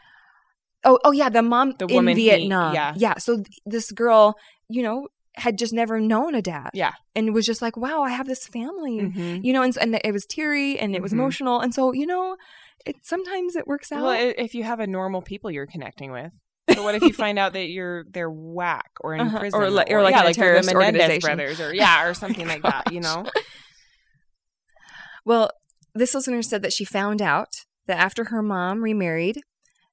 oh oh yeah the mom The in woman he- vietnam yeah. yeah so th- this girl you know had just never known a dad Yeah. and was just like wow i have this family Mm-hmm. you know and, s- and it was teary and it was Mhm. emotional and so you know it sometimes it works out Well, i- if you have a normal people you're connecting with. But what if you find out that you're they're whack or in Uh-huh. Or prison li- or like yeah, in a the terrorist Menendez organization. Oh brothers or yeah or something like that you know Well, this listener said that she found out that after her mom remarried,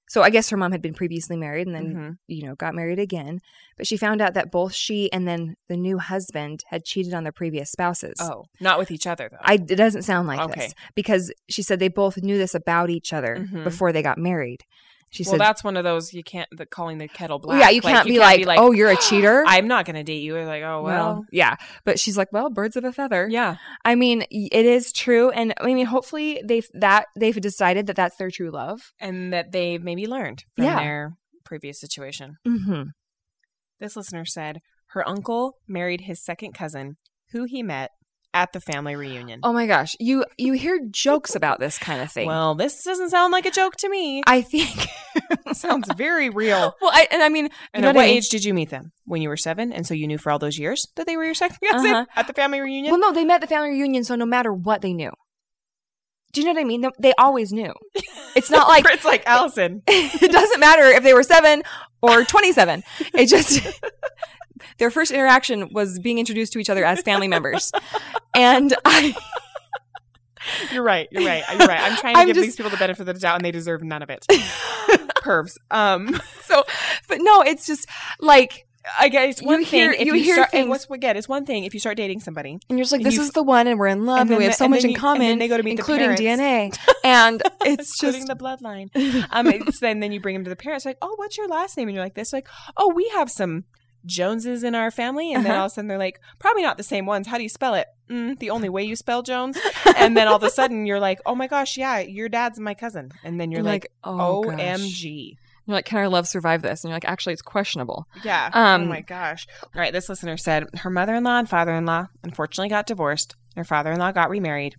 so I guess her mom had been previously married and then, Mhm. you know, got married again, but she found out that both she and then the new husband had cheated on their previous spouses. oh not with each other though I, it doesn't sound like Okay. this because she said they both knew this about each other Mhm. before they got married. She well said, that's one of those you can't the calling the kettle black yeah, you Like, can't, be, like, oh, you're a cheater. I'm not gonna date you You're like oh well, yeah. But she's like, well, birds of a feather. yeah I mean, y- it is true. And I mean, hopefully they've that they've decided that that's their true love. and that they maybe learned from Yeah. their previous situation Mm-hmm. This listener said her uncle married his second cousin, who he met at the family reunion. Oh my gosh, you you hear jokes about this kind of thing. well, this doesn't sound like a joke to me. I think. Sounds very real. Well, I, and I mean, And know at what what I mean? age did you meet them? When you were seven, and so you knew for all those years that they were your second cousin Uh-huh. at the family reunion. well, no, they met at the family reunion, so no matter what, they knew. Do you know what I mean? No- They always knew. It's not like it's like Allison. it doesn't matter if they were seven or twenty-seven. It just their first interaction was being introduced to each other as family members, and I You're right. You're right. You're right. I'm trying to I'm give just- these people the benefit of the doubt, and they deserve none of it. Pervs. Um, so, but no, it's just like, I guess You one hear- thing. If you you, hear start, and things- what's again, it's one thing if you start dating somebody, and you're just like, And this you- is the one, and we're in love, Um, and, we then have the- so and much then in you- and common, then they go to meet the including parents. DNA, and it's just including the bloodline. Um, it's then then you bring them to the parents, like, oh, what's your last name? And you're like, this, like, oh, we have some Joneses in our family, and then Uh-huh. all of a sudden they're like, probably not the same ones. How do you spell it? Mm, the only way you spell Jones. and then all of a sudden you're like, oh my gosh, yeah, your dad's my cousin. And then you're like, oh, gosh. OMG. You're like, can our love survive this? And you're like, actually, it's questionable. Yeah. Um, oh my gosh. All right. This listener said her mother in law and father in law unfortunately got divorced. Their father in law got remarried.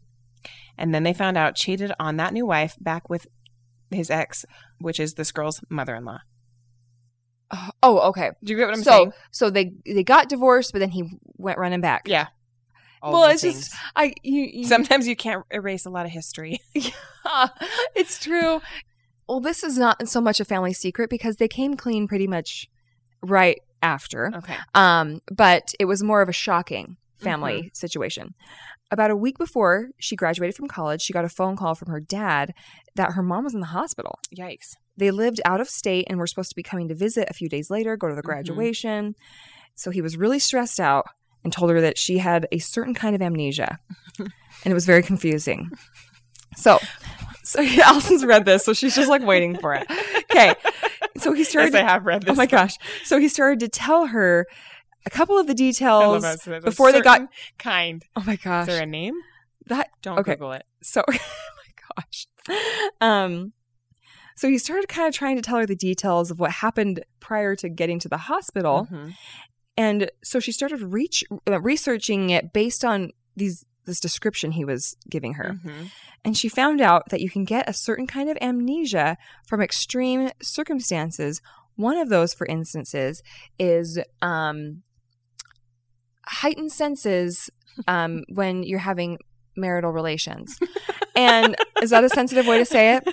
And then they found out cheated on that new wife back with his ex, which is this girl's mother in law. Oh, okay. Do you get what I'm so, saying? so they they got divorced, but then he went running back. Yeah. All well, the it's just things. I you, you sometimes you can't erase a lot of history. it's true. Well, this is not so much a family secret because they came clean pretty much right after. Okay. Um, but it was more of a shocking family situation. About a week before she graduated from college, she got a phone call from her dad that her mom was in the hospital. Yikes. They lived out of state and were supposed to be coming to visit a few days later, go to the Mm-hmm. graduation. So he was really stressed out and told her that she had a certain kind of amnesia. and it was very confusing. So, so Allison's read this, so she's just like waiting for it. Okay. So he started Yes, I have read this. Oh my gosh. So he started to tell her a couple of the details. before they got- kind. Oh my Is gosh. there a name? that Don't Okay. Google it. so oh my gosh. Um so he started kind of trying to tell her the details of what happened prior to getting to the hospital. Mhm. And so she started reach uh, researching it based on these this description he was giving her. Mhm. And she found out that you can get a certain kind of amnesia from extreme circumstances. One of those, for instances, is um, heightened senses um, when you're having marital relations. and is that a sensitive way to say it?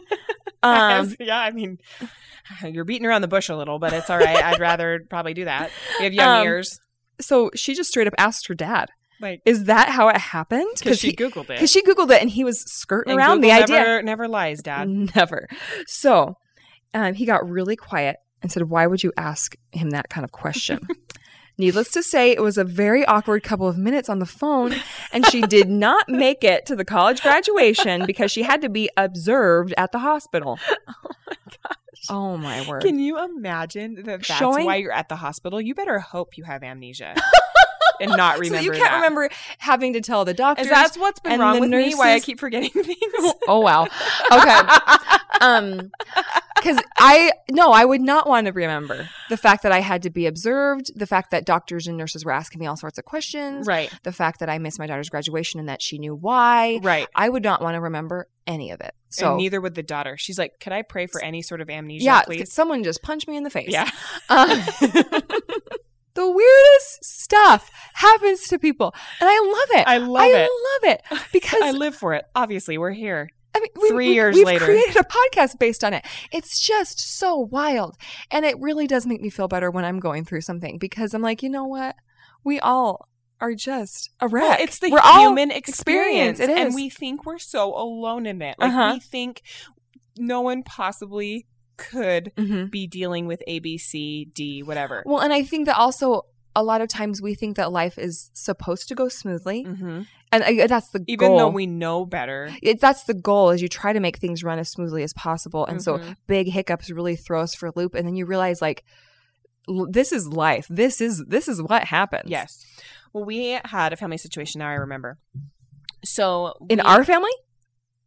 Um, yeah, I mean, you're beating around the bush a little, but it's all right. I'd rather probably do that. We have young Um, ears. so she just straight up asked her dad, Like, "Is that how it happened?" because she he- Googled it. 'cause she googled it, and he was skirting And around the Google idea. Never, never lies, Dad. Never. So um, he got really quiet and said, Why would you ask him that kind of question? Needless to say, it was a very awkward couple of minutes on the phone, and she did not make it to the college graduation because she had to be observed at the hospital. Oh my gosh. Oh my word. Can you imagine that that's Showing- why you're at the hospital? You better hope you have amnesia and not so remember. you can't that. remember having to tell the doctors. Is that's what's been and wrong the with me? Why I nurses- keep forgetting things? oh wow. Okay. um because i no i would not want to remember the fact that i had to be observed the fact that doctors and nurses were asking me all sorts of questions right, the fact that i missed my daughter's graduation and that she knew why right. i would not want to remember any of it so and neither would the daughter. She's like, "Could I pray for any sort of amnesia, yeah please?" someone just punch me in the face Yeah, Um, the weirdest stuff happens to people and i love it I love it. love it because I live for it. Obviously, we're here. I mean, Three years we've later. created a podcast based on it. It's just so wild, and it really does make me feel better when I'm going through something because I'm like, you know what? We all are just a wreck. Well, it's the We're all human experience, experience. It is. and we think we're so alone in it. Like Uh-huh. we think no one possibly could Mhm. be dealing with A, B, C, D, whatever. Well, and I think that also a lot of times we think that life is supposed to go smoothly, hmm and I, that's the Even goal. though we know better. it, that's the goal is you try to make things run as smoothly as possible and so Mhm. big hiccups really throw us for a loop and then you realize like l- this is life this is this is what happens Yes. Well, we had a family situation. Now I remember. So in we- our family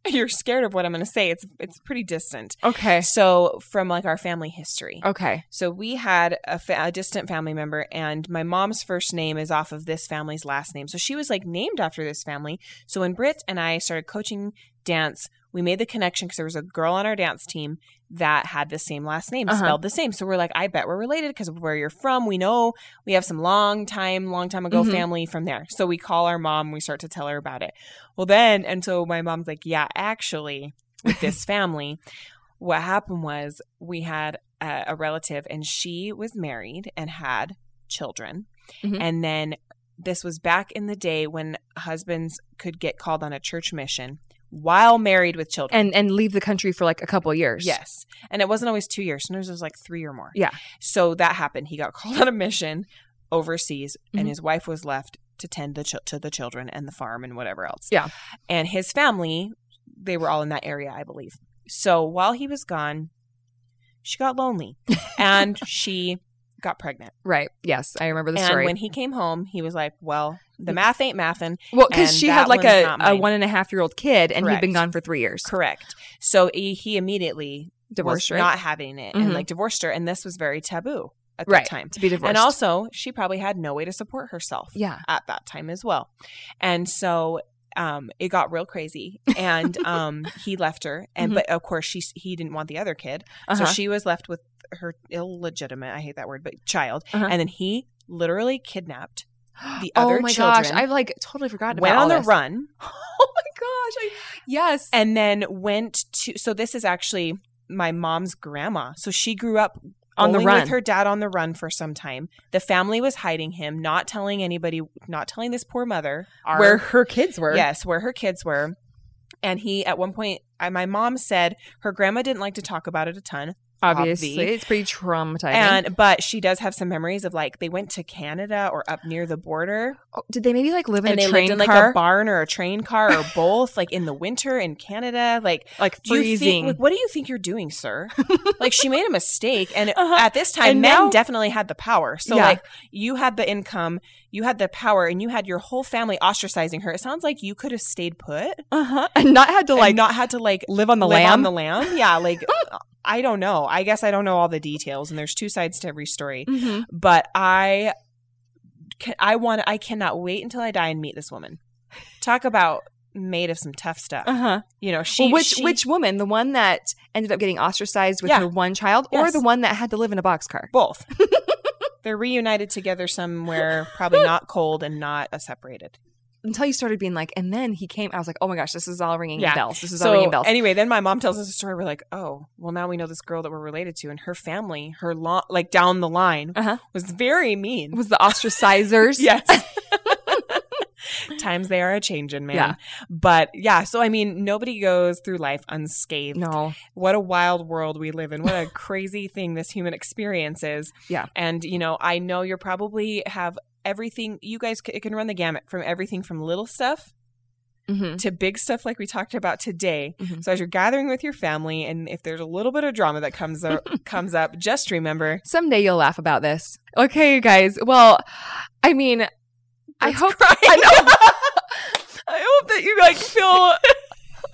you're scared of what I'm going to say. It's it's pretty distant. okay So from like our family history. Okay. So we had a, fa- a distant family member, and my mom's first name is off of this family's last name. So she was like named after this family. So when Britt and I started coaching dance, we made the connection because there was a girl on our dance team that had the same last name, Uh-huh. spelled the same. So we're like, I bet we're related because of where you're from. We know we have some long time, long time ago Mhm. family from there. So we call our mom, we start to tell her about it. Well, then, and so my mom's like, yeah, actually, with this family, what happened was we had uh, a, a relative and she was married and had children. Mhm. And then this was back in the day when husbands could get called on a church mission while married with children. And and leave the country for like a couple years. yes. And it wasn't always two years, sometimes it was like three or more. Yeah. So that happened. He got called on a mission overseas, Mhm. and his wife was left to tend the chil to the children and the farm and whatever else. Yeah. And his family, they were all in that area, I believe. So while he was gone, she got lonely, and she got pregnant. Right. Yes, I remember the and story. when he came home, he was like, "Well, Mm. the math ain't mathin'." well, because and she had that like one's a, not a mine. one and a half year old kid, and he'd been Correct. gone for three years. Correct. So he, he immediately Divorced, was right? not having it, Mhm. and like divorced her, and this was very taboo at right. the time. To be divorced. And also, she probably had no way to support herself. yeah. at that time as well. And so um it got real crazy and um he left her and Mhm. but of course she he didn't want the other kid. Uh-huh. So she was left with her illegitimate, I hate that word, but child. Uh-huh. And then he literally kidnapped the oh other my gosh, children I've like totally forgotten went about on all the this. run Oh my gosh. I, yes. and then went to so this is actually my mom's grandma. So she grew up On the bowling run. with her dad on the run for some time. The family was hiding him, not telling anybody, not telling this poor mother our- where her kids were. Yes, where her kids were. And he, at one point, I, my mom said her grandma didn't like to talk about it a ton. obviously. It's pretty traumatizing. And but she does have some memories of like they went to Canada or up near the border, Oh, did they maybe like live in and a they train lived in like car? a barn or a train car or both, like in the winter in Canada. Like, like do you freezing. think, like, what do you think you're doing, sir? like, she made a mistake, and Uh-huh. at this time, And men now- definitely had the power. So, Yeah. like, you had the income, you had the power, and you had your whole family ostracizing her. It sounds like you could have stayed put, uh-huh. And not had to like, like not had to like live on the live lamb. on the lamb. Yeah, like. I don't know. I guess I don't know all the details, and there's two sides to every story. Mhm. but I can, I want I cannot wait until I die and meet this woman. Talk about made of some tough stuff. Uh-huh. You know, she Well, which she- which woman? The one that ended up getting ostracized with Yeah. her one child, or Yes. the one that had to live in a boxcar? both. They're reunited together somewhere, probably not cold and not uh, separated. Until you started being like, and then he came. I was like, oh my gosh, this is all ringing Yeah. bells. This is all So ringing bells. anyway, then my mom tells us a story. We're like, oh, well, now we know this girl that we're related to, and her family, her lo- like down the line, Uh-huh. was very mean. It was the ostracizers? Yes. Times they are a changing, man. Yeah. But yeah, so I mean, nobody goes through life unscathed. No. What a wild world we live in. What a crazy thing this human experience is. Yeah. And, you know, I know you're probably have everything, you guys c- it can run the gamut from everything from little stuff Mm-hmm. to big stuff like we talked about today. Mhm. So as you're gathering with your family and if there's a little bit of drama that comes up, comes up, just remember Someday you'll laugh about this. Okay, you guys. Well, I mean, I That's hope crying. I know. I hope that you like feel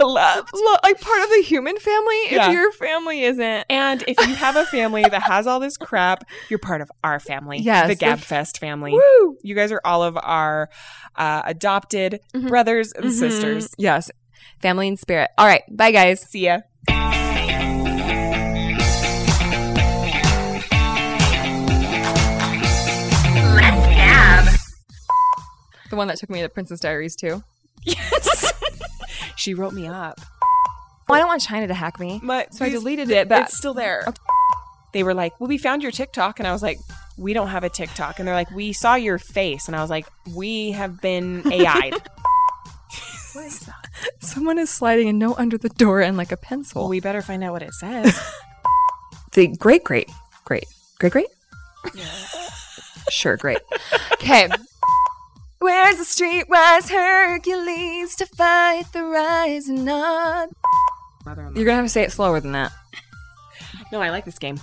loved. Look, like part of the human family. Yeah. If your family isn't, And if you have a family that has all this crap, you're part of our family, Yes, the the f- Gabfest family. woo, You guys are all of our uh, adopted Mhm. brothers and Mhm. sisters. Yes, family and spirit. All right, bye, guys. See ya. The one that took me to Princess Diaries too. Yes. she wrote me up. Well, I don't want China to hack me, My, so I deleted it. But it's still there. They were like, Well, we found your TikTok. And I was like, We don't have a TikTok. And they're like, We saw your face. And I was like, We have been AI'd. someone is sliding a note under the door and like a well, pencil. we better find out what it says. The great, great, great, great, great. sure, great. Okay. Where's the streetwise Hercules to fight the rising up? You're gonna have to say it slower than that. no, I like this game.